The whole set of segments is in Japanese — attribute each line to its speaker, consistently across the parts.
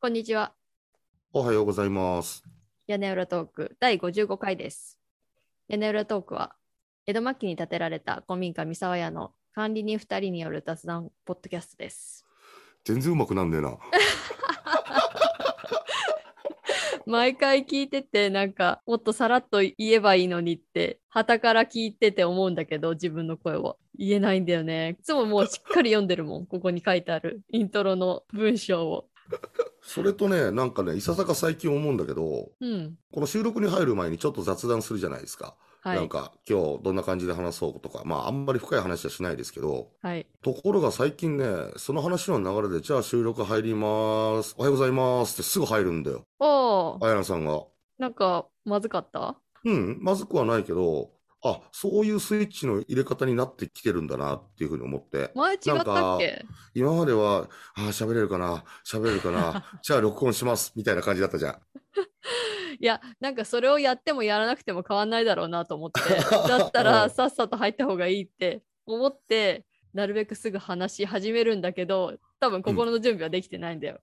Speaker 1: こんにちは。
Speaker 2: おはようございます。
Speaker 1: 屋根裏トーク第55回です。屋根裏トークは、江戸末期に建てられた古民家三沢屋の管理人2人による雑談ポッドキャストです。
Speaker 2: 全然うまくなんね えな。
Speaker 1: 毎回聞いてて、なんか、もっとさらっと言えばいいのにって、旗から聞いてて思うんだけど、自分の声を。言えないんだよね。いつももうしっかり読んでるもん。ここに書いてあるイントロの文章を。
Speaker 2: それとね、なんかね、いささか最近思うんだけど、
Speaker 1: うん。
Speaker 2: この収録に入る前にちょっと雑談するじゃないですか。
Speaker 1: は
Speaker 2: なん
Speaker 1: い。
Speaker 2: か、今日どんな感じで話そうとか、まあ、あんまり深い話はしないですけど、
Speaker 1: はい。
Speaker 2: ところが最近ね、その話の流れで、じゃあ収録入ります。おはようございますってすぐ入るんだよ。
Speaker 1: おー、
Speaker 2: あやなさんが。
Speaker 1: なんか、まずかった
Speaker 2: うん、まずくはないけど、あ、そういうスイッチの入れ方になってきてるんだなっていうふうに思って。
Speaker 1: 前違ったっけ
Speaker 2: 今までは、ああ、喋れるかな、喋れる かな、じゃあ録音します、みたいな感じだったじゃん。
Speaker 1: いや、なんかそれをやってもやらなくても変わんないだろうなと思 って、だったらさっさと入った方がいいって思って、なるべくすぐ話し始めるんだけど、多分心の準備はできてないんだよ。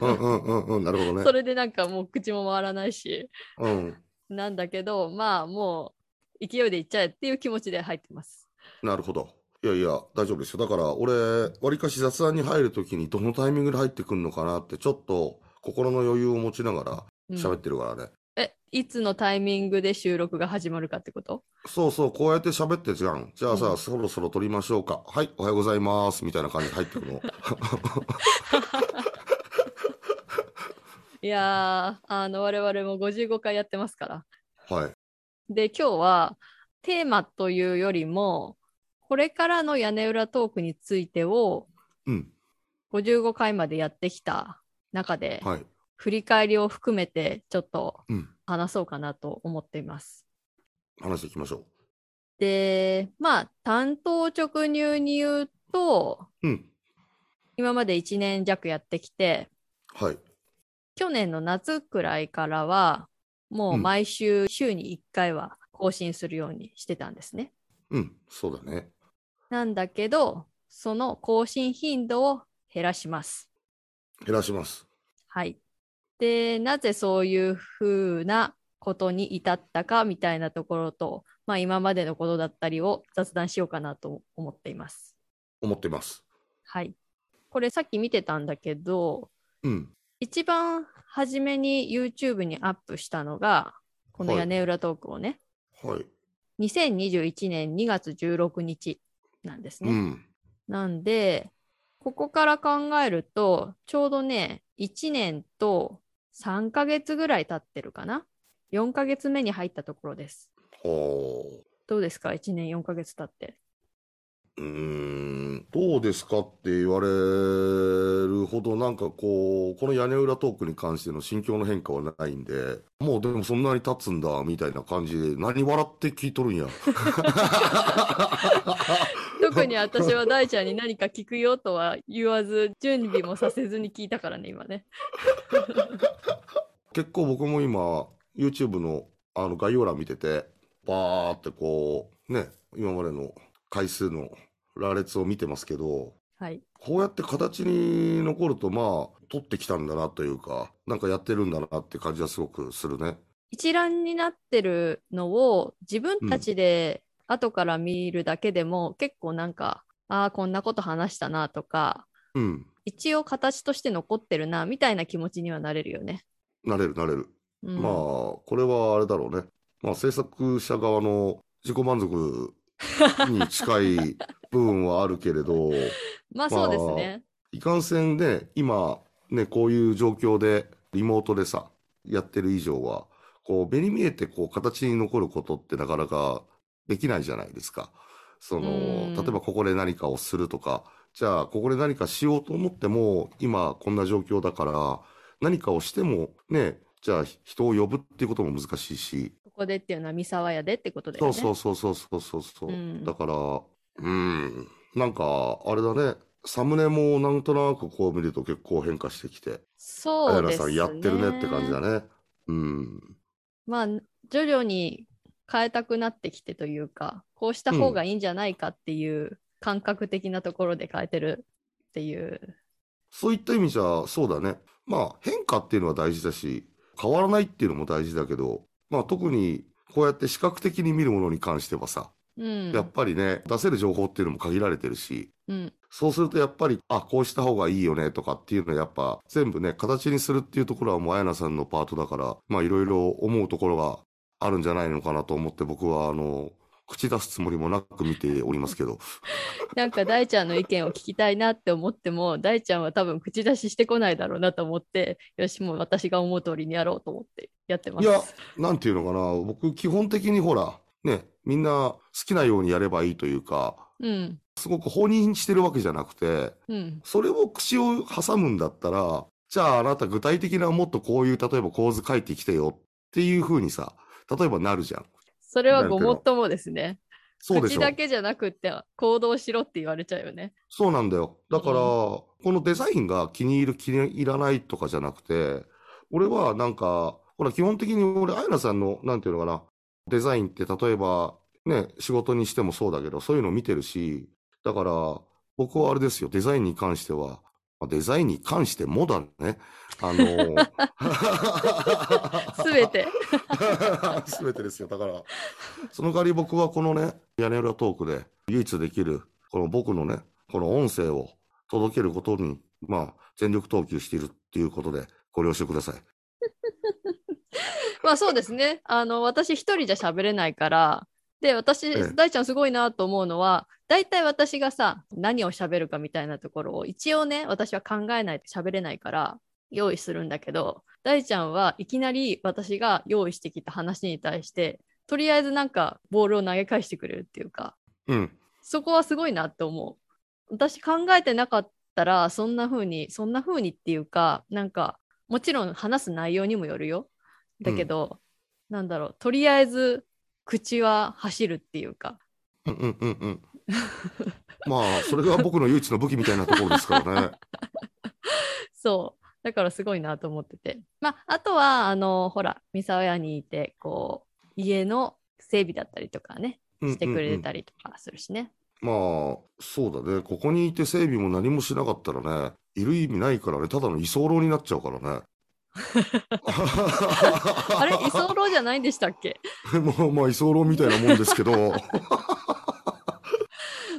Speaker 2: うんうんうんうん、なるほど
Speaker 1: そ
Speaker 2: ね。
Speaker 1: れでなんかもう口も回らないし、
Speaker 2: うん、
Speaker 1: なんだけど、まあもう勢いでいっちゃえっていう気持ちで入ってます。
Speaker 2: なるほど。いやいや、大丈夫ですよ。だから、俺、わりかし雑談に入るときにどのタイミングで入ってくるのかなって、ちょっと心の余裕を持ちながら
Speaker 1: うん
Speaker 2: 喋ってるからね。
Speaker 1: え、いつのタイミングで収録が始まるかってこと
Speaker 2: そうそう、こうやって喋ってじゃん。じゃあさ、
Speaker 1: うん
Speaker 2: そろそろ撮りましょうか。はい、おはようございます、みたいな感じで入ってくの。
Speaker 1: いやー、あの、我々も55回やってますから。
Speaker 2: はい。
Speaker 1: で、今日はテーマというよりも、これからの屋根裏トークについてを
Speaker 2: うん、
Speaker 1: 55回までやってきた中で、
Speaker 2: はい。
Speaker 1: 振り返りを含めてちょっと
Speaker 2: うん、
Speaker 1: 話そうかなと思っています。
Speaker 2: 話していきましょ
Speaker 1: で、まあ、担当直入に言うと、
Speaker 2: う。うん、
Speaker 1: 今まで1年弱やってきて、
Speaker 2: はい。
Speaker 1: 去年の夏くらいからは、もう
Speaker 2: うん
Speaker 1: 毎週週に1回は更新するようにしてたんですね。
Speaker 2: うん、そうだね。
Speaker 1: なんだけど、その更新頻度を減らします。
Speaker 2: 減らします。
Speaker 1: はい。で、なぜそういうふうなことに至ったかみたいなところと、まあ今までのことだったりを雑談しようかなと思っています。
Speaker 2: 思ってます。
Speaker 1: はい。これさっき見てたんだけど、
Speaker 2: うん。
Speaker 1: 一番初めに YouTube にアップしたのが、この
Speaker 2: はい
Speaker 1: 屋根裏トークをね、
Speaker 2: はい。
Speaker 1: 2021年2月16日なんですね。
Speaker 2: うん。
Speaker 1: なんで、ここから考えると、ちょうどね、1年と3ヶ月ぐらい経ってるかな。4ヶ月目に入ったところです。
Speaker 2: ほ
Speaker 1: どうですか ?1 年4ヶ月経って。
Speaker 2: う。うーん。どうですかって言われるほど、なんかこう、この屋根裏トークに関しての心境の変化はないんで、もうでもそんなに経つんだ、みたいな感じで、何笑って聞いとるんや。
Speaker 1: 特に私は大ちゃんに何か聞くよとは言わず、準備もさせずに聞いたからね、今ね。
Speaker 2: 結構僕も今、YouTube のあの概要欄見てて、バーってこう、ね、今までの回数の羅列を見てますけど、
Speaker 1: はい。
Speaker 2: こうやって形に残ると、まあ、取ってきたんだなというか、なんかやってるんだなって感じはすごくするね。
Speaker 1: 一覧になってるのを自分たちで後から見るだけでも、結構なんか、ああ、こんなこと話したなとか、
Speaker 2: うん。
Speaker 1: 一応形として残ってるなみたいな気持ちにはなれるよね。
Speaker 2: なれるなれる。
Speaker 1: うん、
Speaker 2: まあ、これはあれだろうね。まあ、制作者側の自己満足に近い部分はあるけれど、
Speaker 1: まあそうですね。
Speaker 2: いかんせんね、今、ね、こういう状況で、リモートでさ、やってる以上は、こう、目に見えて、こう、形に残ることってなかなかできないじゃないですか。そ
Speaker 1: うん
Speaker 2: の、例えばここで何かをするとか、じゃあ、ここで何かしようと思っても、今、こんな状況だから、何かをしても、ね、じゃあ、人を呼ぶっていうことも難しいし、
Speaker 1: ここでっていうのは三沢屋でってことだよ
Speaker 2: そ
Speaker 1: ね。
Speaker 2: うそうそうそうそうそうそう、
Speaker 1: うん
Speaker 2: だからうんなんかあれだねサムネもなんとなくこう見ると結構変化してきて
Speaker 1: そ
Speaker 2: あや
Speaker 1: う
Speaker 2: ら
Speaker 1: ですね。
Speaker 2: さんやってるねって感じだねうん
Speaker 1: まあ徐々に変えたくなってきてというか、こうした方がいいんじゃないかっていう感覚的なところで変えてるっていう。
Speaker 2: そういった意味じゃそうだねまあ変化っていうのは大事だし、変わらないっていうのも大事だけど、まあ特にこうやって視覚的に見るものに関してはさ、
Speaker 1: うん。
Speaker 2: やっぱりね、出せる情報っていうのも限られてるし、
Speaker 1: うん。
Speaker 2: そうするとやっぱり、あ、こうした方がいいよねとかっていうのはやっぱ全部ね、形にするっていうところはもう綾菜さんのパートだから、まあいろいろ思うところがあるんじゃないのかなと思って僕はあの、口出すつもりもなく見ておりますけど、
Speaker 1: なんか大ちゃんの意見を聞きたいなって思っても、大ちゃんは多分口出ししてこないだろうなと思って、よし、もう私が思う通りにやろうと思ってやってま
Speaker 2: い
Speaker 1: す。
Speaker 2: や、なんていうのかな、僕基本的にほら、ね、みんな好きなようにやればいいというか、
Speaker 1: うん。
Speaker 2: すごく放任してるわけじゃなくて、
Speaker 1: うん。
Speaker 2: それを口を挟むんだったら、じゃああなた具体的なもっとこういう、例えば構図書いてきてよっていう風にさ、例えばなるじゃん。
Speaker 1: それはごもっともですね。
Speaker 2: そうでし
Speaker 1: 口
Speaker 2: ょ。
Speaker 1: だけじゃなくって行動しろって言われちゃうよ ね。
Speaker 2: そうなんだよ。だから、
Speaker 1: うん
Speaker 2: このデザインが気に入る、気に入らないとかじゃなくて、俺はなんか、ほら、基本的に俺、アイナさんの、なんていうのかな、デザインって例えば、ね、仕事にしてもそうだけど、そういうのを見てるし、だから、僕はあれですよ、デザインに関しては、まあデザインに関してもだね。あの、
Speaker 1: すべ。て。
Speaker 2: すべてですよ。だから、その代わり僕はこのね、屋根裏トークで唯一できる、この僕のね、この音声を届けることに、まあ、全力投球しているっていうことで、ご了承ください。
Speaker 1: まあそうですね。あの、私一人じゃ喋れないから、で、私
Speaker 2: ええ、
Speaker 1: 大ちゃんすごいなと思うのは、大体私がさ、何を喋るかみたいなところを、一応ね、私は考えないと喋れないから、用意するんだけど、大ちゃんはいきなり私が用意してきた話に対して、とりあえずなんかボールを投げ返してくれるっていうか、
Speaker 2: うん。
Speaker 1: そこはすごいなって思う。私考えてなかったら、そんな風に、そんな風にっていうか、なんか、もちろん話す内容にもよるよ。だけど、なんだろう、とりあえず、口は走るっていうか。
Speaker 2: うんうんうんうん。 まあ、それが僕の唯一の武器みたいなところですからね。
Speaker 1: そう。だからすごいなと思ってて。まあ、あとは、あの、ほら、三沢屋にいて、こう、家の整備だったりとかね、 してくれた
Speaker 2: り。
Speaker 1: りとかするしね。
Speaker 2: まあ、そうだね。ここにいて整備も何もしなかったらね、いる意味ないからね、ただの居候になっちゃうからね。
Speaker 1: あれ、居候じゃないんでしたっけ
Speaker 2: もうまあ居候みたいなもんですけ ど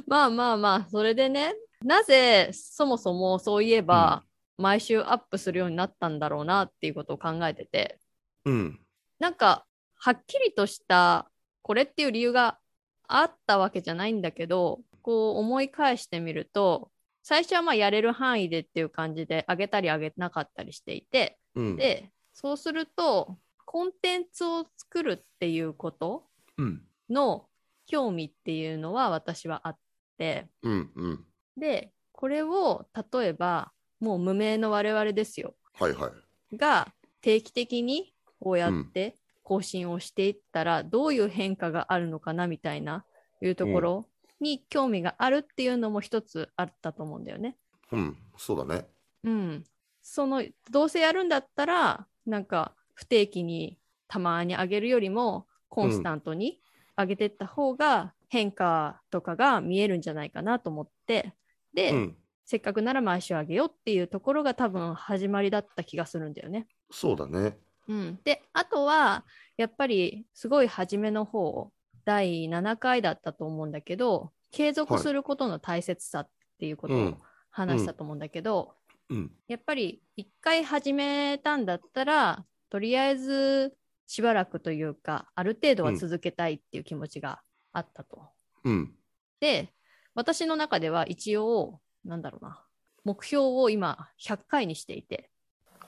Speaker 1: まあまあまあ、それでね、なぜそもそもそういえば、毎週アップするようになったんだろうなっていうことを考えてて、
Speaker 2: うん
Speaker 1: なんか、はっきりとした、これっていう理由があったわけじゃないんだけど、こう思い返してみると、最初はまあやれる範囲でっていう感じで、上げたり上げなかったりしていて、
Speaker 2: うん
Speaker 1: で、そうすると、コンテンツを作るっていうこと
Speaker 2: うん
Speaker 1: の興味っていうのは私はあって、
Speaker 2: うんうん
Speaker 1: で、これを例えば、もう無名の我々ですよ、
Speaker 2: はいはい
Speaker 1: が定期的にこうやって更新をしていったら、どういう変化があるのかなみたいな、いうところに興味があるっていうのも一つあったと思うんだよね。
Speaker 2: うんそうだね
Speaker 1: うん。その、どうせやるんだったら、なんか不定期にたまに上げるよりも、コンスタントに上げていった方が変化とかが見えるんじゃないかなと思って、で、
Speaker 2: うん
Speaker 1: せっかくなら毎週あげようっていうところが多分始まりだった気がするんだよね。
Speaker 2: そうだね
Speaker 1: うん、であとはやっぱりすごい初めの方第7回だったと思うんだけど継続することの大切さっていうこと
Speaker 2: う
Speaker 1: を
Speaker 2: ん
Speaker 1: 話したと思うんだけど、
Speaker 2: うん
Speaker 1: やっぱり一回始めたんだったらとりあえずしばらくというかある程度は続けたいっていう気持ちがあったと。
Speaker 2: うん
Speaker 1: で、私の中では一応、なんだろうな、目標を今、100回にしていて、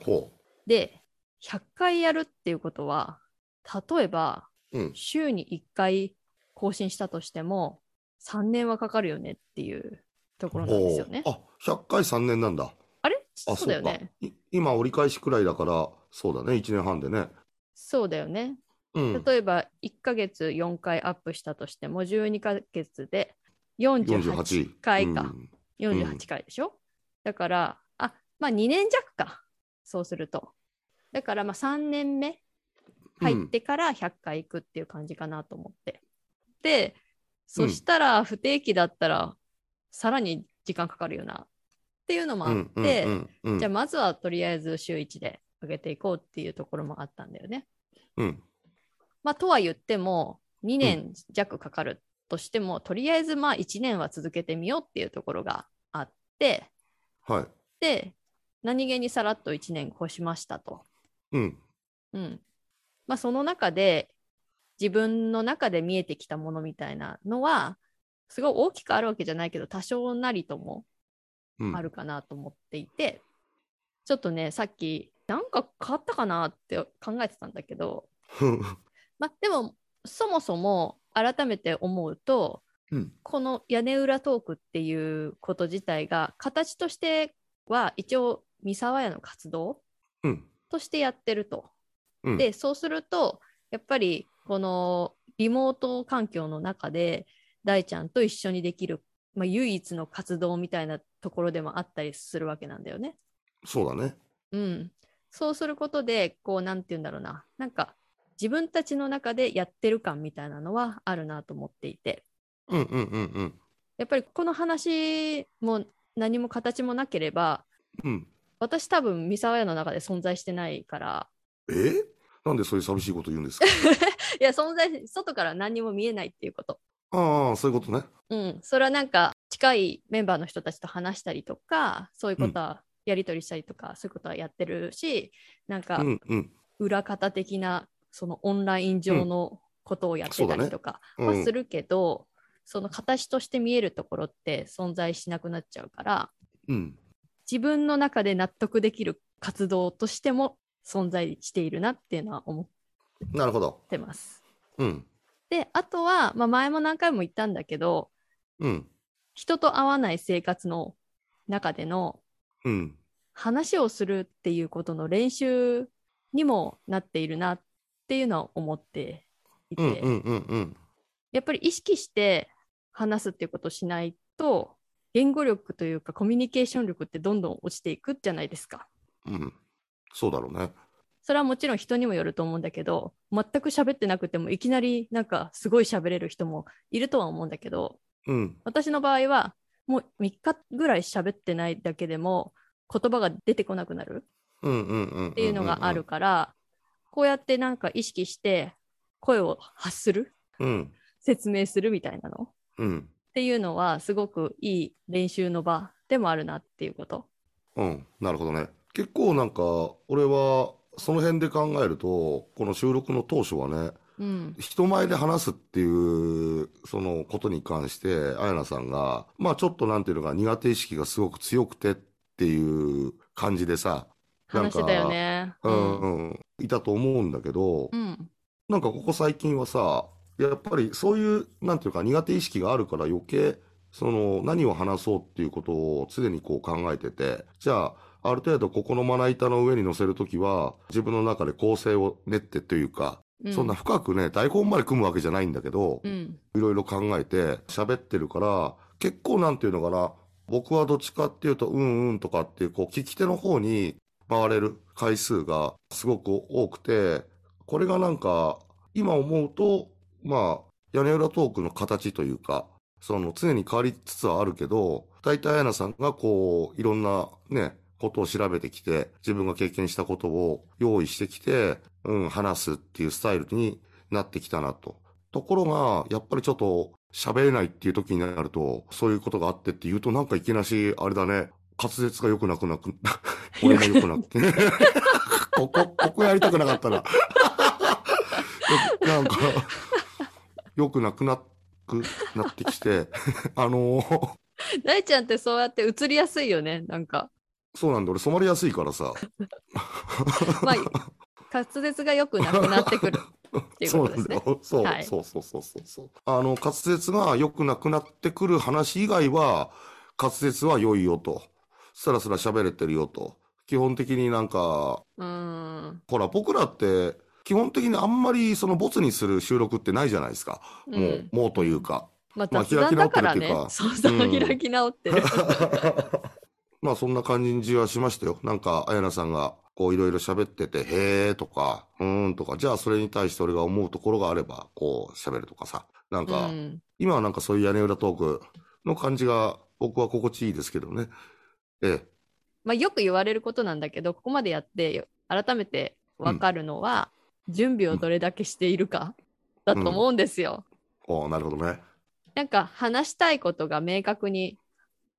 Speaker 2: ほ
Speaker 1: で、100回やるっていうことは、例えば、
Speaker 2: ううん
Speaker 1: 週に1回更新したとしても、3年はかかるよねっていうところなんですよね。
Speaker 2: ほうあ100回3年なんだ
Speaker 1: あれ
Speaker 2: あ
Speaker 1: そうだよね。
Speaker 2: そうかい今折り返しくらいだからそうだね1年半でね
Speaker 1: そうだよね。
Speaker 2: うん
Speaker 1: 例えば、1ヶ月4回アップしたとしても、12ヶ月で48回か。
Speaker 2: うん
Speaker 1: 48回でしょ、だから、あ、まあ2年弱か。そうすると。だからまあ3年目入ってから100回行くっていう感じかなと思って。で、そしたら不定期だったら、さらに時間かかるよなっっていうのもあって、
Speaker 2: うんうんうん
Speaker 1: じゃあまずはとりあえず週1で上げていこうっていうところもあったんだよね。
Speaker 2: うん
Speaker 1: まあ、とは言っても2年弱かかるとしても、とりあえずまあ1年は続けてみようっていうところがあって
Speaker 2: はい
Speaker 1: で何気にさらっと1年越しましたと。
Speaker 2: うん
Speaker 1: うんまあ、その中で自分の中で見えてきたものみたいなのはすごい大きくあるわけじゃないけど多少なりとも
Speaker 2: うん
Speaker 1: あるかなと思っていて、ちょっとねさっきなんか変わったかなって考えてたんだけ ど、まあ、でもそもそも改めて思うと
Speaker 2: うん
Speaker 1: この屋根裏トークっていうこと自体が形としては一応三沢屋の活動
Speaker 2: うん
Speaker 1: としてやってると。
Speaker 2: うん
Speaker 1: でそうするとやっぱりこのリモート環境の中で大ちゃんと一緒にできる、まあ、唯一の活動みたいなところでもあったりするわけなんだよね。
Speaker 2: そうだね
Speaker 1: うん、そうすることでこうなんて言うんだろうななんか自分たちの中でやってる感みたいなのはあるなと思っていて
Speaker 2: うんうんうんうん
Speaker 1: やっぱりこの話も何も形もなければ
Speaker 2: うん
Speaker 1: 私多分三沢屋の中で存在してないから
Speaker 2: えなんでそういう寂しいこと言うんで すか
Speaker 1: いや存在外から何にも見えないっていうこと
Speaker 2: ああそういうことね
Speaker 1: うん、それはなんか近いメンバーの人たちと話したりとかそういうことはやり取りしたりとか、そういうことはやってるしなんか
Speaker 2: うんうん
Speaker 1: 裏方的なそのオンライン上のことをやってたりとか
Speaker 2: う
Speaker 1: は
Speaker 2: ん
Speaker 1: するけど、その形として見えるところって存在しなくなっちゃうから
Speaker 2: うん
Speaker 1: 自分の中で納得できる活動としても存在しているなっていうのは思っ
Speaker 2: なるほど
Speaker 1: てます。
Speaker 2: うん
Speaker 1: であとは、まあ、前も何回も言ったんだけど
Speaker 2: うん
Speaker 1: 人と会わない生活の中での
Speaker 2: うん
Speaker 1: 話をするっていうことの練習にもなっているなっていうのは思っていて、
Speaker 2: うんうんうんうん
Speaker 1: やっぱり意識して話すっていうことをしないと言語力というかコミュニケーション力ってどんどん落ちていくじゃないですか。
Speaker 2: うんそうだろうね
Speaker 1: それはもちろん人にもよると思うんだけど全く喋ってなくてもいきなりなんかすごい喋れる人もいるとは思うんだけど
Speaker 2: うん
Speaker 1: 私の場合はもう3日ぐらい喋ってないだけでも言葉が出てこなくなる
Speaker 2: うんうんうんっ
Speaker 1: っていうのがあるから、こうやってなんか意識して声を発する
Speaker 2: うん
Speaker 1: 説明するみたいなのっ
Speaker 2: うん
Speaker 1: ていうのはすごくいい練習の場でもあるなっていうこと。
Speaker 2: うん、なるほどね。結構なんか、俺は、その辺で考えると、この収録の当初はね、
Speaker 1: うん、
Speaker 2: 人前で話すっていう、そのことに関して、あやなさんが、まあちょっとなんていうのか、苦手意識がすごく強くてっていう感じでさ、なん
Speaker 1: 話
Speaker 2: か
Speaker 1: してたよね。
Speaker 2: うん、うん、いたと思うんだけど
Speaker 1: う、ん、
Speaker 2: なんかここ最近はさ、やっぱりそういう、なんていうか苦手意識があるから余計、その何を話そうっていうことを常にこう考えてて、じゃあ、ある程度ここのまな板の上に乗せるときは、自分の中で構成を練ってというか、
Speaker 1: うん、
Speaker 2: そんな深くね、台本まで組むわけじゃないんだけど
Speaker 1: う、ん、
Speaker 2: いろいろ考えて喋ってるから、結構なんていうのかな、僕はどっちかっていうと、うんうんとかっていう、こう、聞き手の方に回れる回数がすごく多くて、これがなんか、今思うと、まあ、屋根裏トークの形というか、その常に変わりつつはあるけど、大体あやなさんがこう、いろんなね、ことを調べてきて、自分が経験したことを用意してきて、うん、話すっていうスタイルになってきたなと。ところが、やっぱりちょっと喋れないっていう時になると、そういうことがあってって言うとなんかいきなし、あれだね、滑舌が良くなくなく、俺が良くなく ここ、ここやりたくなかったな。よ なんか、良くなくなくなってきて、 あのー
Speaker 1: 大ちゃんってそうやって映りやすいよねなんか
Speaker 2: そうなんだ、俺染まりやすいからさ。
Speaker 1: ま あ滑舌が良くなくなってくるっていう
Speaker 2: そ
Speaker 1: こ
Speaker 2: う
Speaker 1: と
Speaker 2: な
Speaker 1: で
Speaker 2: ん
Speaker 1: す
Speaker 2: だ
Speaker 1: ね。
Speaker 2: よ。そう、
Speaker 1: はい
Speaker 2: そうそうそうそうそう。あの、滑舌が良くなくなってくる話以外は、滑舌は良いよと。スラスラ喋れてるよと。基本的になんか、
Speaker 1: うん
Speaker 2: ほら、僕らって、基本的にあんまりそのボツにする収録ってないじゃないですか。
Speaker 1: う、
Speaker 2: もうんもうというか。
Speaker 1: まあ
Speaker 2: まあ
Speaker 1: 雑談だから
Speaker 2: 開き直ってるってい
Speaker 1: ね
Speaker 2: うか
Speaker 1: そうそう
Speaker 2: うん
Speaker 1: 開き直ってる。
Speaker 2: まあそんな感じはしましたよ。なんか、あやなさんが、こういろいろ喋ってて、へーとか、うーんとか、じゃあそれに対して俺が思うところがあれば、こう喋るとかさ。 なんか、
Speaker 1: うん
Speaker 2: 今はなんかそういう屋根裏トークの感じが僕は心地いいですけどね。ええ。
Speaker 1: まあ、よく言われることなんだけどここまでやって改めて分かるのは、準備をどれだけしているかだと思うんですよ。
Speaker 2: ああ、なるほどね。
Speaker 1: なんか話したいことが明確に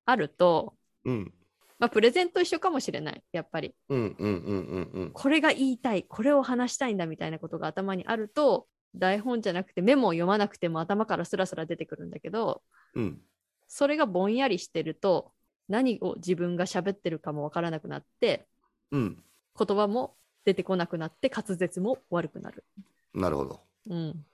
Speaker 1: あると、
Speaker 2: うん。
Speaker 1: まあ、プレゼント一緒かもしれないやっぱり
Speaker 2: うんうんうんうんうん。
Speaker 1: これが言いたいこれを話したいんだみたいなことが頭にあると台本じゃなくてメモを読まなくても頭からスラスラ出てくるんだけど
Speaker 2: うん。
Speaker 1: それがぼんやりしてると何を自分が喋ってるかもわからなくなって
Speaker 2: うん。
Speaker 1: 言葉も出てこなくなって滑舌も悪くなる。
Speaker 2: なるほど。
Speaker 1: うん、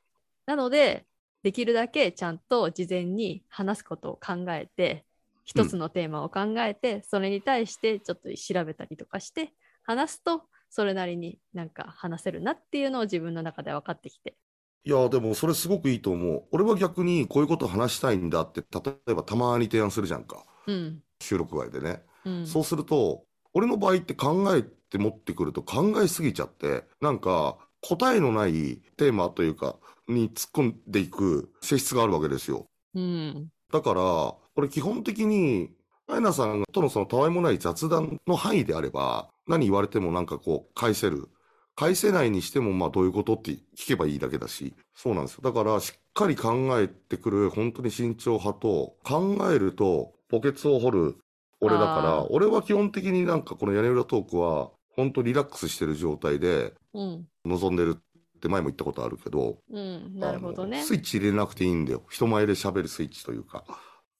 Speaker 1: なのでできるだけちゃんと事前に話すことを考えて一つのテーマを考えて、それに対してちょっと調べたりとかして話すとそれなりになんか話せるなっていうのを自分の中で分かってきて。
Speaker 2: いや、でもそれすごくいいと思う。俺は逆にこういうこと話したいんだって、例えばたまに提案するじゃんか。
Speaker 1: うん
Speaker 2: 収録外でね。
Speaker 1: うん、
Speaker 2: そうすると、俺の場合って考えて持ってくると考えすぎちゃって、なんか答えのないテーマというか、に突っ込んでいく性質があるわけですよ。
Speaker 1: うん
Speaker 2: だから、俺基本的に、あやなさんとのそのたわいもない雑談の範囲であれば、何言われてもなんかこう、返せる。返せないにしても、まあどういうことって聞けばいいだけだし、そうなんですよ。だから、しっかり考えてくる、本当に慎重派と、考えると、墓穴を掘る、俺だか
Speaker 1: あ
Speaker 2: ら
Speaker 1: ー、
Speaker 2: 俺は基本的になんかこの屋根裏トークは、本当リラックスしてる状態で、
Speaker 1: うん
Speaker 2: 望んでるって前も言ったことあるけど、
Speaker 1: うん、なるほど
Speaker 2: あ
Speaker 1: ね
Speaker 2: のスイッチ入れなくていいんだよ。人前で喋るスイッチというか。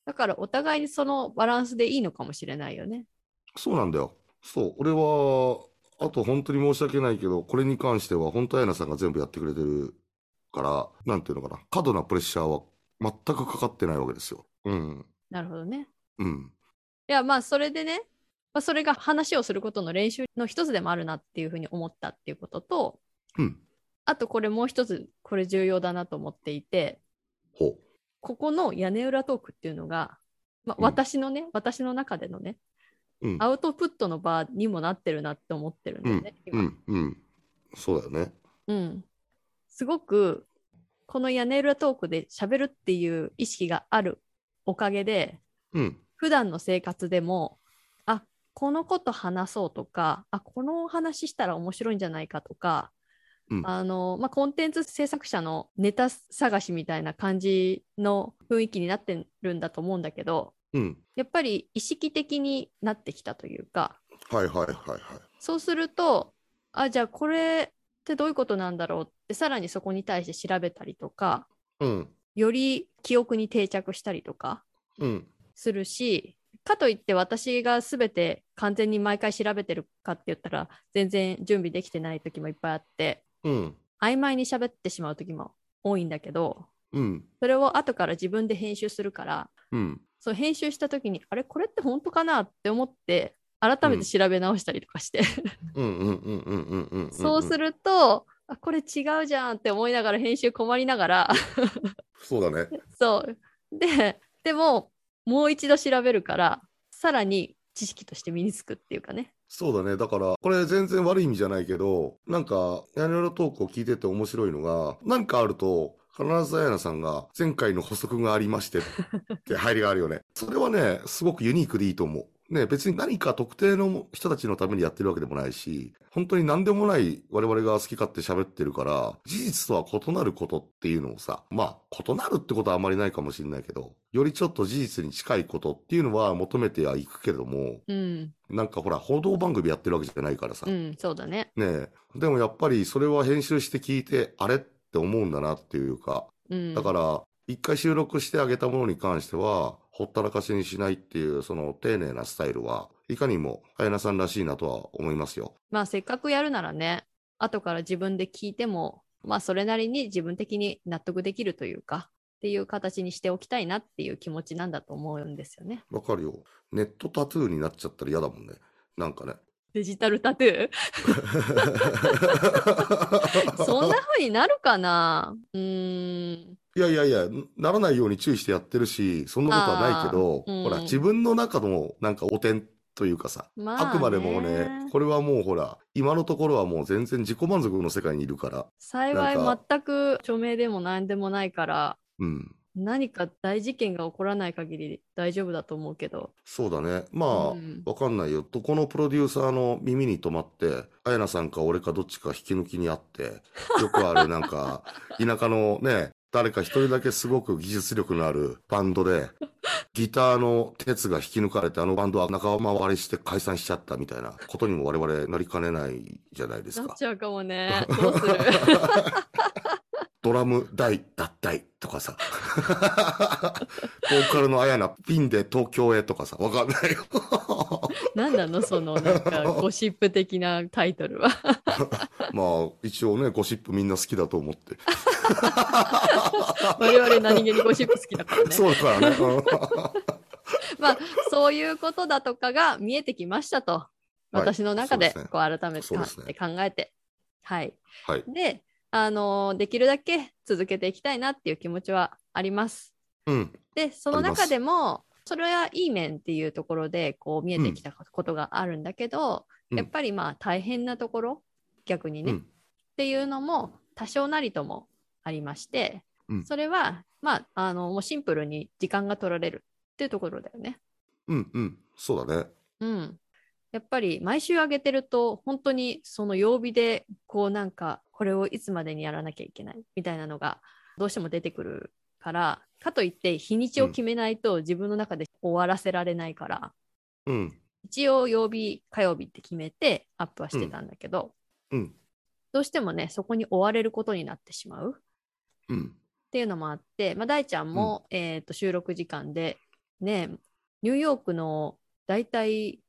Speaker 1: だからお互いにそのバランスでいいのかもしれないよね。
Speaker 2: そうなんだよ。そう、俺は、あと本当に申し訳ないけど、これに関しては本当、やなさんが全部やってくれてるから、なんていうのかな、過度なプレッシャーは全くかかってないわけですよ。うん、
Speaker 1: なるほどね
Speaker 2: うん、
Speaker 1: いやまあそれでね、まあ、それが話をすることの練習の一つでもあるなっていうふうに思ったっていうことと
Speaker 2: うん、
Speaker 1: あとこれもう一つこれ重要だなと思っていて
Speaker 2: ほう、
Speaker 1: ここの屋根裏トークっていうのが、まあ、
Speaker 2: うん
Speaker 1: 私のね、私の中でのね
Speaker 2: うん、
Speaker 1: アウトプットの場にもなってるなって思ってるんだよね、
Speaker 2: う
Speaker 1: 今、
Speaker 2: ん、うん、そうだよね。
Speaker 1: うんすごくこの屋根裏トークで喋るっていう意識があるおかげで
Speaker 2: うん、
Speaker 1: 普段の生活でもあこのこと話そうとかあこのお話したら面白いんじゃないかとか、
Speaker 2: うん
Speaker 1: あのまあ、コンテンツ制作者のネタ探しみたいな感じの雰囲気になってるんだと思うんだけど
Speaker 2: うん、
Speaker 1: やっぱり意識的になってきたというか
Speaker 2: はいはいはいはい。
Speaker 1: そうするとあじゃあこれってどういうことなんだろうってさらにそこに対して調べたりとか
Speaker 2: うん、
Speaker 1: より記憶に定着したりとか
Speaker 2: うん、
Speaker 1: するしかといって私が全て完全に毎回調べてるかって言ったら全然準備できてない時もいっぱいあって
Speaker 2: うん、
Speaker 1: 曖昧に喋ってしまう時も多いんだけど
Speaker 2: うん、
Speaker 1: それを後から自分で編集するから
Speaker 2: うん、
Speaker 1: そう編集した時にあれこれって本当かなって思って改めて調べ直したりとかして、
Speaker 2: うん、うん、うん、うん、うん、うん、
Speaker 1: そうす。るとあこれ違うじゃんって思いながら編集困りながら
Speaker 2: そうだね。
Speaker 1: そうででももう一度調べるからさらに知識として身につくっていうかね
Speaker 2: そうだね。だから、これ全然悪い意味じゃないけど、なんか、屋根裏トークを聞いてて面白いのが、なんかあると、必ずあやなさんが、前回の補足がありまして、って入りがあるよね。それはね、すごくユニークでいいと思う。ね、別に何か特定の人たちのためにやってるわけでもないし、本当に何でもない我々が好き勝手喋ってるから、事実とは異なることっていうのをさ、まあ、異なるってことはあまりないかもしれないけど、よりちょっと事実に近いことっていうのは求めてはいくけれども、
Speaker 1: うん、
Speaker 2: なんかほら、報道番組やってるわけじゃないからさ。
Speaker 1: う
Speaker 2: ね
Speaker 1: ん、そうだね。
Speaker 2: え。でもやっぱりそれは編集して聞いて、あれって思うんだなっていうか。
Speaker 1: うん、
Speaker 2: だから、一回収録してあげたものに関しては、ほったらかしにしないっていう、その丁寧なスタイルは、いかにも、あやなさんらしいなとは思いますよ。
Speaker 1: まあせっかくやるならね、後から自分で聞いても、まあそれなりに自分的に納得できるというか、っていう形にしておきたいなっていう気持ちなんだと思うんですよね。
Speaker 2: わかるよ。ネットタトゥーになっちゃったら嫌だもんね。なんかね。
Speaker 1: デジタルタトゥ ーそんな風になるかなうーん。
Speaker 2: いやいやいや、ならないように注意してやってるし、そんなことはないけど、
Speaker 1: あーうん
Speaker 2: ほら、自分の中のなんか汚点というかさ、
Speaker 1: まあ、
Speaker 2: あくまでもね、これはもうほら、今のところはもう全然自己満足の世界にいるから、
Speaker 1: 幸い
Speaker 2: なんか
Speaker 1: 全く著名でも何でもないから、
Speaker 2: うん。
Speaker 1: 何か大事件が起こらない限り大丈夫だと思うけど。
Speaker 2: そうだね。まあ
Speaker 1: う、ん
Speaker 2: わかんないよ。とこのプロデューサーの耳に留まって、綾菜さんか俺かどっちか引き抜きにあって、よくあるなんか、田舎のね、誰か一人だけすごく技術力のあるバンドで、ギターの鉄が引き抜かれて、あのバンドは仲間割れして解散しちゃったみたいなことにも我々なりかねないじゃないです
Speaker 1: なっ
Speaker 2: か。
Speaker 1: ちゃうかもね。どうす る
Speaker 2: ドラム大脱退とかさ。ボーカルの綾菜ピンで東京へとかさ、わかんない よ。
Speaker 1: 何なのそのなんかゴシップ的なタイト ルは。
Speaker 2: まあ、一応ね、ゴシップみんな好きだと思って。
Speaker 1: 我々何気にゴシップ好きだからね。
Speaker 2: そうだからね。うん
Speaker 1: まあそういうことだとかが見えてきましたと。
Speaker 2: い
Speaker 1: 私の中で
Speaker 2: そうですね
Speaker 1: こう改めて
Speaker 2: そう
Speaker 1: か
Speaker 2: ですね
Speaker 1: って考えて。はい。
Speaker 2: はい。
Speaker 1: で、あのーできるだけ続けていきたいなっていう気持ちはあります。
Speaker 2: うん。
Speaker 1: でその中でもそれはいい面っていうところでこう見えてきたことがあるんだけど、
Speaker 2: うん
Speaker 1: やっぱりまあ大変なところ逆にね、
Speaker 2: うん
Speaker 1: っていうのも多少なりともありまして、
Speaker 2: うん
Speaker 1: それはまああのもうシンプルに時間が取られるっていうところだよね。
Speaker 2: うん。うん。そうだね。
Speaker 1: うん、やっぱり毎週上げてると本当にその曜日でこうなんかこれをいつまでにやらなきゃいけないみたいなのがどうしても出てくるからかといって日にちを決めないと自分の中で終わらせられないから、
Speaker 2: うん。
Speaker 1: 一応曜日火曜日って決めてアップはしてたんだけど、
Speaker 2: うんうん
Speaker 1: どうしてもねそこに追われることになってしまう
Speaker 2: うん。
Speaker 1: っていうのもあって、まあ、大ちゃんも、えー、と収録時間でねニューヨークのだいたい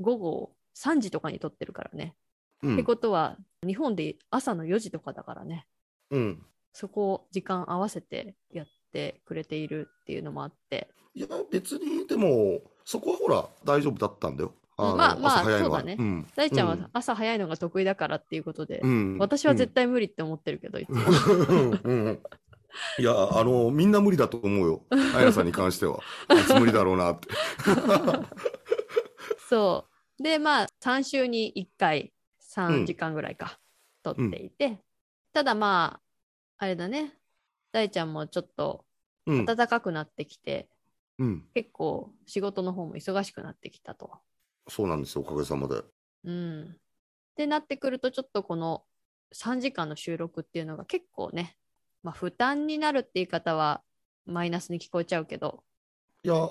Speaker 1: 午後3時とかに撮ってるからね。
Speaker 2: う
Speaker 1: って
Speaker 2: ん。
Speaker 1: ことは日本で朝の4時とかだからね
Speaker 2: うん。
Speaker 1: そこを時間合わせてやってくれているっていうのもあって
Speaker 2: いや、別に、でも、そこはほら、大丈夫だったんだよ。の
Speaker 1: まあまあ
Speaker 2: 朝早いのは
Speaker 1: そうだね
Speaker 2: ん。
Speaker 1: 大ちゃんは
Speaker 2: うん
Speaker 1: 朝早いのが得意だからっていうことで、
Speaker 2: うん
Speaker 1: 私は絶対無理って思ってるけど、い つも
Speaker 2: うんうんいや、あの、みんな無理だと思うよ。あやさんに関して は。あいつ無理だろうなって。
Speaker 1: そう。で、まあ、3週に1回、
Speaker 2: う
Speaker 1: 3
Speaker 2: ん
Speaker 1: 時間ぐらいか、撮っていて、ただまあ、あれだね、大ちゃんもちょっと
Speaker 2: うん。
Speaker 1: 暖かくなってきて、
Speaker 2: うん。
Speaker 1: 結構仕事の方も忙しくなってきたと。
Speaker 2: そうなんですよ、おかげさまで。
Speaker 1: うん。ってなってくると、ちょっとこの3時間の収録っていうのが結構ね、まあ、負担になるって言い方はマイナスに聞こえちゃうけど、
Speaker 2: いや、あの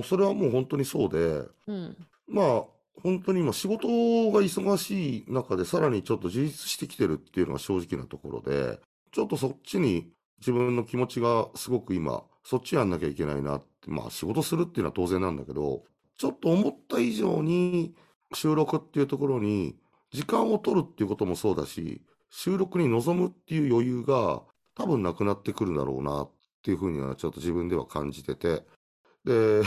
Speaker 2: ーそれはもう本当にそうで、
Speaker 1: うん、
Speaker 2: まあ、本当に今仕事が忙しい中でさらにちょっと充実してきてるっていうのが正直なところで、ちょっとそっちに自分の気持ちがすごく今、そっちやんなきゃいけないなって、まあ仕事するっていうのは当然なんだけど、ちょっと思った以上に収録っていうところに時間を取るっていうこともそうだし、収録に臨むっていう余裕が多分なくなってくるだろうなっていうふうにはちょっと自分では感じてて、で、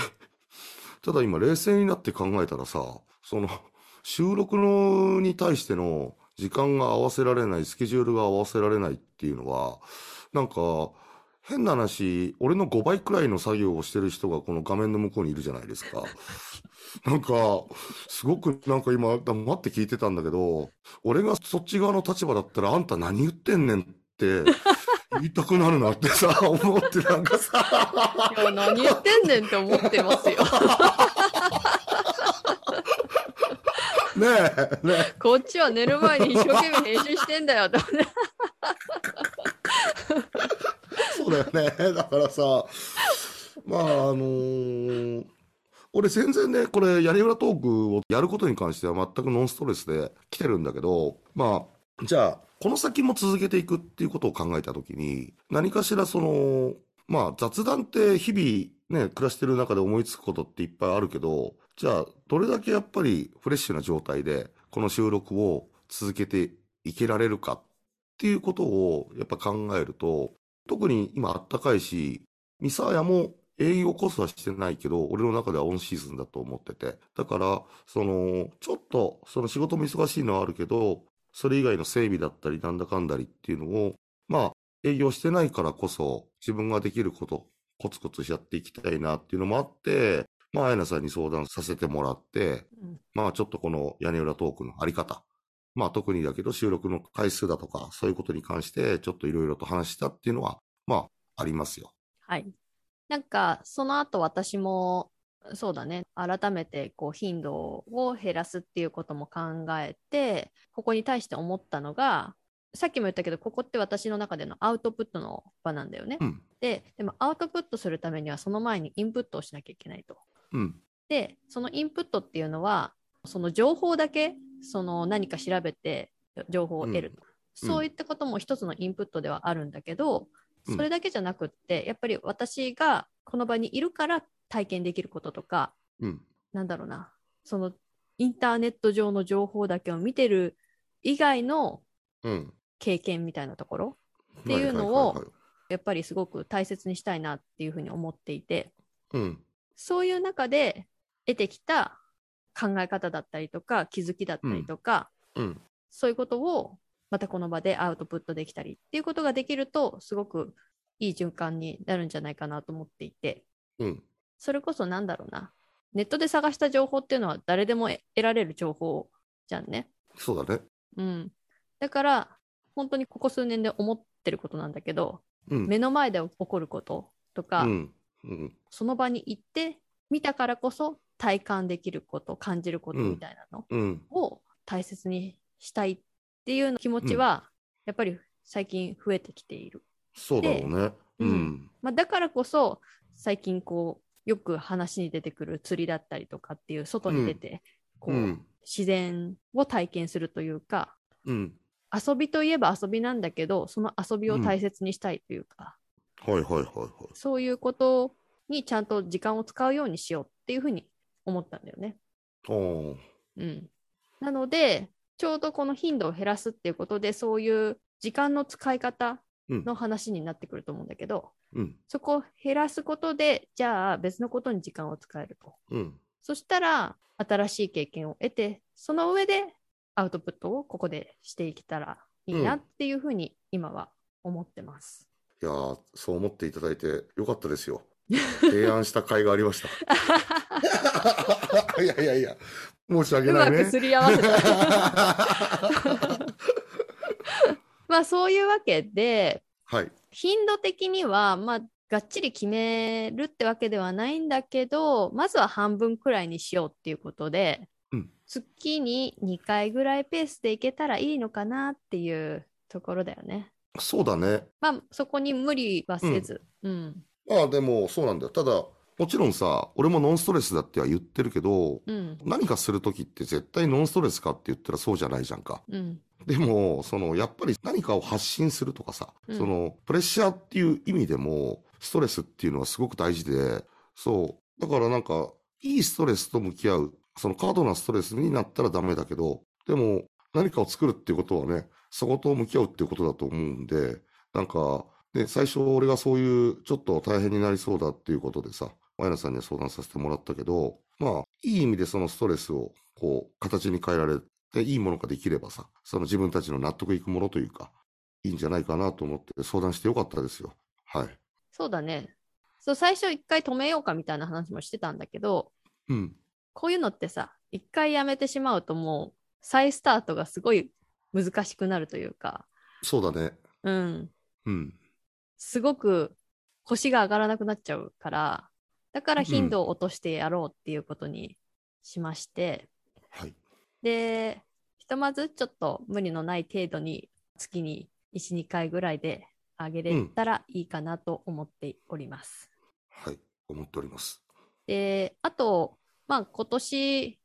Speaker 2: ただ今冷静になって考えたらさ、その 収録のに対しての時間が合わせられない、スケジュールが合わせられないっていうのは、なんか変な話、俺の5倍くらいの作業をしてる人がこの画面の向こうにいるじゃないですか。 なんか、すごくなんか今黙って聞いてたんだけど、俺がそっち側の立場だったらあんた何言ってんねんって言いたくなるなってさ、思ってなんかさ。
Speaker 1: いや何言ってんねんって思ってますよ。
Speaker 2: ねえ、ねえ。
Speaker 1: こっちは寝る前に一生懸命編集してんだよって思って
Speaker 2: そうだよね。 だからさ、まあ、あのー俺全然ね、これ、屋根裏トークをやることに関しては全くノンストレスで来てるんだけど、まあ、じゃあ、この先も続けていくっていうことを考えたときに、何かしらその、まあ雑談って日々ね、暮らしてる中で思いつくことっていっぱいあるけど、じゃあ、どれだけやっぱりフレッシュな状態で、この収録を続けていけられるかっていうことをやっぱ考えると、特に今あったかいし、ミサーヤも営業こそはしてないけど、俺の中ではオンシーズンだと思ってて。だから、その、ちょっと、その仕事も忙しいのはあるけど、それ以外の整備だったり、なんだかんだりっていうのを、まあ、営業してないからこそ、自分ができること、コツコツやっていきたいなっていうのもあって、まあ、あやなさんに相談させてもらって、
Speaker 1: うん
Speaker 2: まあ、ちょっとこの屋根裏トークのあり方、まあ、特にだけど収録の回数だとか、そういうことに関して、ちょっといろいろと話したっていうのは、まあ、ありますよ。
Speaker 1: はい。なんか、その後私も、そうだね、改めてこう頻度を減らすっていうことも考えて、ここに対して思ったのが、さっきも言ったけど、ここって私の中でのアウトプットの場なんだよね。
Speaker 2: うん。
Speaker 1: で、でもアウトプットするためには、その前にインプットをしなきゃいけないと。
Speaker 2: うん。
Speaker 1: で、そのインプットっていうのは、その情報だけ、その何か調べて情報を得ると。
Speaker 2: うん
Speaker 1: そういったことも一つのインプットではあるんだけど、
Speaker 2: うん
Speaker 1: それだけじゃなくって、やっぱり私がこの場にいるから体験できることとか、
Speaker 2: うん。
Speaker 1: なんだろうな、そのインターネット上の情報だけを見てる以外の
Speaker 2: うん。
Speaker 1: 経験みたいなところ、
Speaker 2: って
Speaker 1: いうのを
Speaker 2: はいはいはいはい
Speaker 1: やっぱりすごく大切にしたいなっていうふうに思っていて、
Speaker 2: うん。
Speaker 1: そういう中で得てきた考え方だったりとか気づきだったりとか、
Speaker 2: うん。
Speaker 1: そういうことをまたこの場でアウトプットできたりっていうことができるとすごくいい循環になるんじゃないかなと思っていて
Speaker 2: うん。
Speaker 1: それこそなんだろうなネットで探した情報っていうのは誰でも得得られる情報じゃんね。
Speaker 2: そうだね。
Speaker 1: うん、だから本当にここ数年で思ってることなんだけど
Speaker 2: うん。
Speaker 1: 目の前で起こることとか、
Speaker 2: うん。うん。
Speaker 1: その場に行って見たからこそ体感できること感じることみたいなの
Speaker 2: うん。
Speaker 1: を大切にしたいっていう気持ちはやっぱり最近増えてきている、
Speaker 2: そうだろうね。
Speaker 1: う
Speaker 2: うんん。
Speaker 1: まあ、だからこそ最近こうよく話に出てくる釣りだったりとかっていう外に出てこ
Speaker 2: う
Speaker 1: う、
Speaker 2: ん。
Speaker 1: 自然を体験するというか
Speaker 2: うん。
Speaker 1: 遊びといえば遊びなんだけどその遊びを大切にしたいというか、
Speaker 2: はいはいはいはい。
Speaker 1: そういうことにちゃんと時間を使うようにしようっていうふうに思ったんだよね。
Speaker 2: あー
Speaker 1: うん、なのでちょうどこの頻度を減らすっていうことでそういう時間の使い方
Speaker 2: うん
Speaker 1: の話になってくると思うんだけど、
Speaker 2: うん。
Speaker 1: そこを減らすことでじゃあ別のことに時間を使えると
Speaker 2: うん。
Speaker 1: そしたら新しい経験を得てその上でアウトプットをここでしていけたらいいなっていうふうに今は思ってます。
Speaker 2: いやーそう思っていただいてよかったですよ。提案した 甲斐があり ました。いやいやいや、申し訳
Speaker 1: う
Speaker 2: な
Speaker 1: ま
Speaker 2: い
Speaker 1: く
Speaker 2: ね。
Speaker 1: すり合 わせた まあそういうわけで
Speaker 2: はい。
Speaker 1: 頻度的には、まあ、がっちり決めるってわけではないんだけど、まずは半分くらいにしようっていうことで、
Speaker 2: うん
Speaker 1: 月に2回ぐらいペースでいけたらいいのかなっていうところだよね。
Speaker 2: そうだね。
Speaker 1: まあ、そこに無理はせず。うん。
Speaker 2: まあでもそうなんだよ。ただ、もちろんさ、俺もノンストレスだっては言ってるけど、
Speaker 1: うん。
Speaker 2: 何かするときって絶対ノンストレスかって言ったらそうじゃないじゃんか。
Speaker 1: うん。
Speaker 2: でも、その、やっぱり何かを発信するとかさ、
Speaker 1: うん
Speaker 2: その、プレッシャーっていう意味でも、ストレスっていうのはすごく大事で、そう。だからなんか、いいストレスと向き合う、その過度なストレスになったらダメだけど、でも、何かを作るっていうことはね、そこと向き合うっていうことだと思うんで、なんか、ね、最初俺がそういう、ちょっと大変になりそうだっていうことでさ、マイナさんには相談させてもらったけど、まあ、いい意味でそのストレスを、こう、形に変えられで、いいものができればさ、その自分たちの納得いくものというか、いいんじゃないかなと思って相談してよかったですよ。はい。
Speaker 1: そうだね。そう、最初一回止めようかみたいな話もしてたんだけど、
Speaker 2: うん。
Speaker 1: こういうのってさ、一回やめてしまうともう、再スタートがすごい難しくなるというか、
Speaker 2: そうだね。
Speaker 1: うん。
Speaker 2: うん。
Speaker 1: すごく腰が上がらなくなっちゃうから、だから頻度を落としてやろうっていうことにしまして、
Speaker 2: はい。
Speaker 1: で、ひとまずちょっと無理のない程度に月に1、2回ぐらいで上げれたらいいかなと思っております。
Speaker 2: はい。思っております。
Speaker 1: で、あと、まあ今年、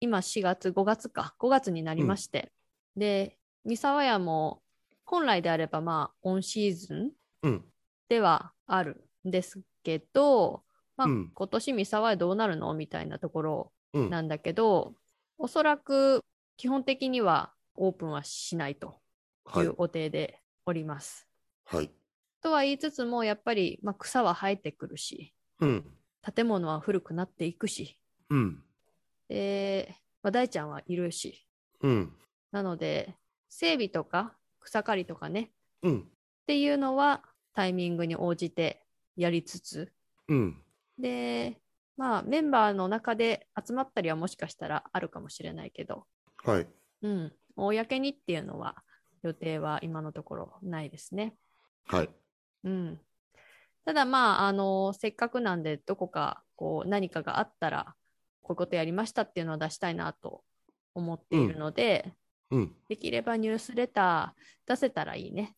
Speaker 1: 今4月、5月か、5月になりまして、で、三沢屋も本来であればまあオンシーズン
Speaker 2: うん。
Speaker 1: ではあるんですけど、まあ
Speaker 2: うん
Speaker 1: 今年三沢はどうなるのみたいなところ
Speaker 2: うん。
Speaker 1: なんだけど、おそらく基本的にはオープンはしないとい
Speaker 2: は
Speaker 1: う
Speaker 2: い。
Speaker 1: お定でおります。
Speaker 2: はい。
Speaker 1: とは言いつつもやっぱり、まあ、草は生えてくるし
Speaker 2: うん。
Speaker 1: 建物は古くなっていくし、
Speaker 2: うん。
Speaker 1: でまあ、大ちゃんはいるし
Speaker 2: うん。
Speaker 1: なので整備とか草刈りとかね
Speaker 2: うん。
Speaker 1: っていうのはタイミングに応じてやりつつ
Speaker 2: うん。
Speaker 1: で、まあ、メンバーの中で集まったりはもしかしたらあるかもしれないけど、
Speaker 2: はい。
Speaker 1: うん、公にっていうのは予定は今のところないですね。
Speaker 2: はい。
Speaker 1: うん、ただまあ、あの、せっかくなんで、どこか、こう、何かがあったら、こういうことやりましたっていうのを出したいなと思っているので、
Speaker 2: うん。
Speaker 1: できればニュースレター出せたらいいね。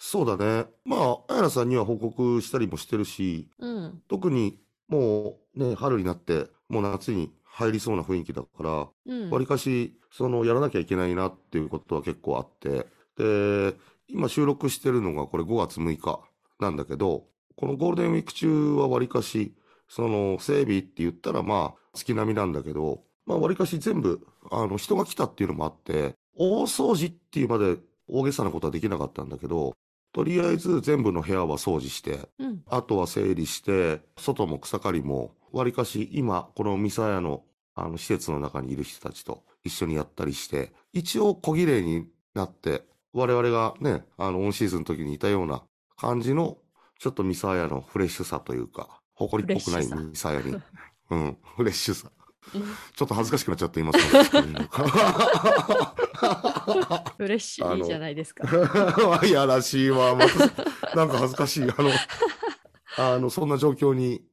Speaker 2: そうだね。まあ、あやらさんには報告したりもしてるし、
Speaker 1: うん、
Speaker 2: 特にもうね、春になって、もう夏に入りそうな雰囲気だから、
Speaker 1: うん、
Speaker 2: わりかし、その、やらなきゃいけないなっていうことは結構あって、で、今収録してるのがこれ5月6日なんだけど、このゴールデンウィーク中はわりかし、その、整備って言ったらまあ、月並みなんだけど、まあ、わりかし全部、あの、人が来たっていうのもあって、大掃除っていうまで大げさなことはできなかったんだけど、とりあえず全部の部屋は掃除して、
Speaker 1: うん、
Speaker 2: あとは整理して、外も草刈りも、わりかし今、このミサヤの、あの、施設の中にいる人たちと一緒にやったりして、一応小綺麗になって、我々がね、あの、オンシーズンの時にいたような感じの、ちょっとミサヤのフレッシュさというか、誇りっぽくない
Speaker 1: フレッシュ
Speaker 2: ミサヤに。うん、フレッシュさ。
Speaker 1: うん
Speaker 2: ちょっと恥ずかしくなっちゃって、今その
Speaker 1: 嬉し
Speaker 2: あ
Speaker 1: い
Speaker 2: の
Speaker 1: じゃないですか。
Speaker 2: いやらしいわ。またなんか恥ずかしい。あの、 あの、そんな状況に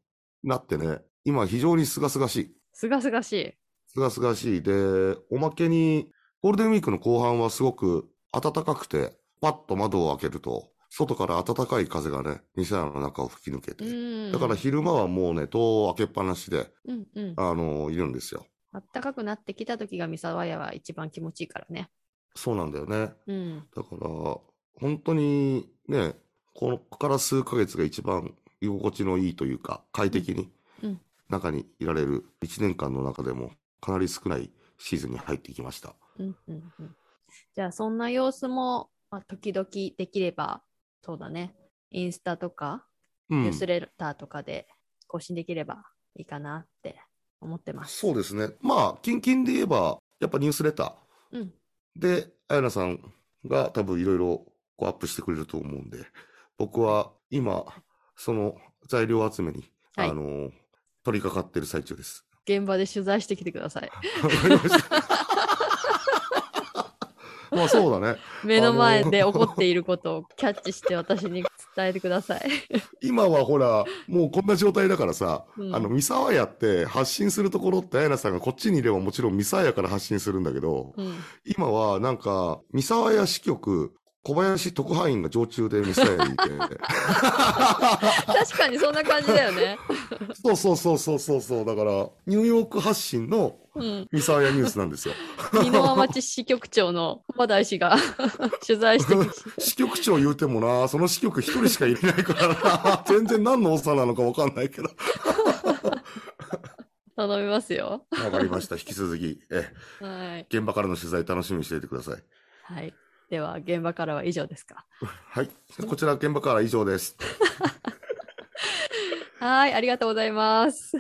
Speaker 2: なってね。今非常に清々しい。
Speaker 1: すがすがしい。
Speaker 2: 清々しい。で、おまけに、ゴールデンウィークの後半はすごく暖かくて、パッと窓を開けると、外から暖かい風がね、店の中を吹き抜け
Speaker 1: う
Speaker 2: て。
Speaker 1: ん、
Speaker 2: だから昼間はもうね、戸を開けっぱなしで、
Speaker 1: うん、うん。
Speaker 2: あの、いるんですよ。
Speaker 1: あったかくなってきた時が三沢屋は一番気持ちいいからね。
Speaker 2: そうなんだよね。
Speaker 1: うん、
Speaker 2: だから、本当にね、このここから数ヶ月が一番居心地のいいというか、快適に
Speaker 1: うん
Speaker 2: 中にいられる1年間の中でもかなり少ないシーズンに入っていきました。
Speaker 1: うん、うん、うん。じゃあ、そんな様子も、まあ、時々できれば、そうだね。インスタとか、
Speaker 2: うん
Speaker 1: ニュースレターとかで更新できればいいかなって思ってます。
Speaker 2: そうですね。まあ、近々で言えば、やっぱニュースレタ
Speaker 1: うん、
Speaker 2: ーで、あやなさんが多分いろいろこうアップしてくれると思うんで、僕は今、その材料集めに、
Speaker 1: はい
Speaker 2: あの、取り掛かってる最中です。
Speaker 1: 現場で取材してきてくださ い。
Speaker 2: わかりました。 まあそうだね。
Speaker 1: 目の前で起こっていることをキャッチして私に伝えてください。
Speaker 2: 今はほら、もうこんな状態だからさ、
Speaker 1: うん
Speaker 2: あの、三沢屋って発信するところって、あやなさんがこっちにいればもちろん三沢屋から発信するんだけど、
Speaker 1: うん、
Speaker 2: 今はなんか、三沢屋支局、小林特派員が常駐で三沢 屋にいて。
Speaker 1: 確かにそんな感じだよね。
Speaker 2: そうそうそうそうそうそう。だから、ニューヨーク発信の
Speaker 1: うん、
Speaker 2: 三沢屋ニュースなんですよ。
Speaker 1: 美濃町支局長の小田氏が 取材してきて、
Speaker 2: 支局長言うてもな、その支局一人しかいれないからな、全然何の多さなのか分かんないけど。
Speaker 1: 頼みますよ。
Speaker 2: わかりました。引き続き、え、
Speaker 1: はい。
Speaker 2: 現場からの取材楽しみにしていてください。
Speaker 1: はい。では、現場からは以上ですか。
Speaker 2: はい。こちら現場から以上です。
Speaker 1: はい、ありがとうございます。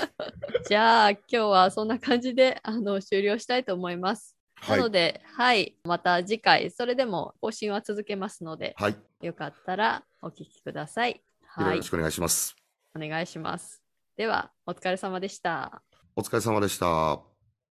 Speaker 1: じゃあ、今日はそんな感じで、あの、終了したいと思います。
Speaker 2: は
Speaker 1: なの
Speaker 2: い。
Speaker 1: で、はい、また次回、それでも更新は続けますので、
Speaker 2: はい。
Speaker 1: よかったらお聞きください。は
Speaker 2: よ
Speaker 1: い
Speaker 2: ろし、くお願いします。
Speaker 1: お願いします。では、お疲れ様でした。
Speaker 2: お疲れ様でした。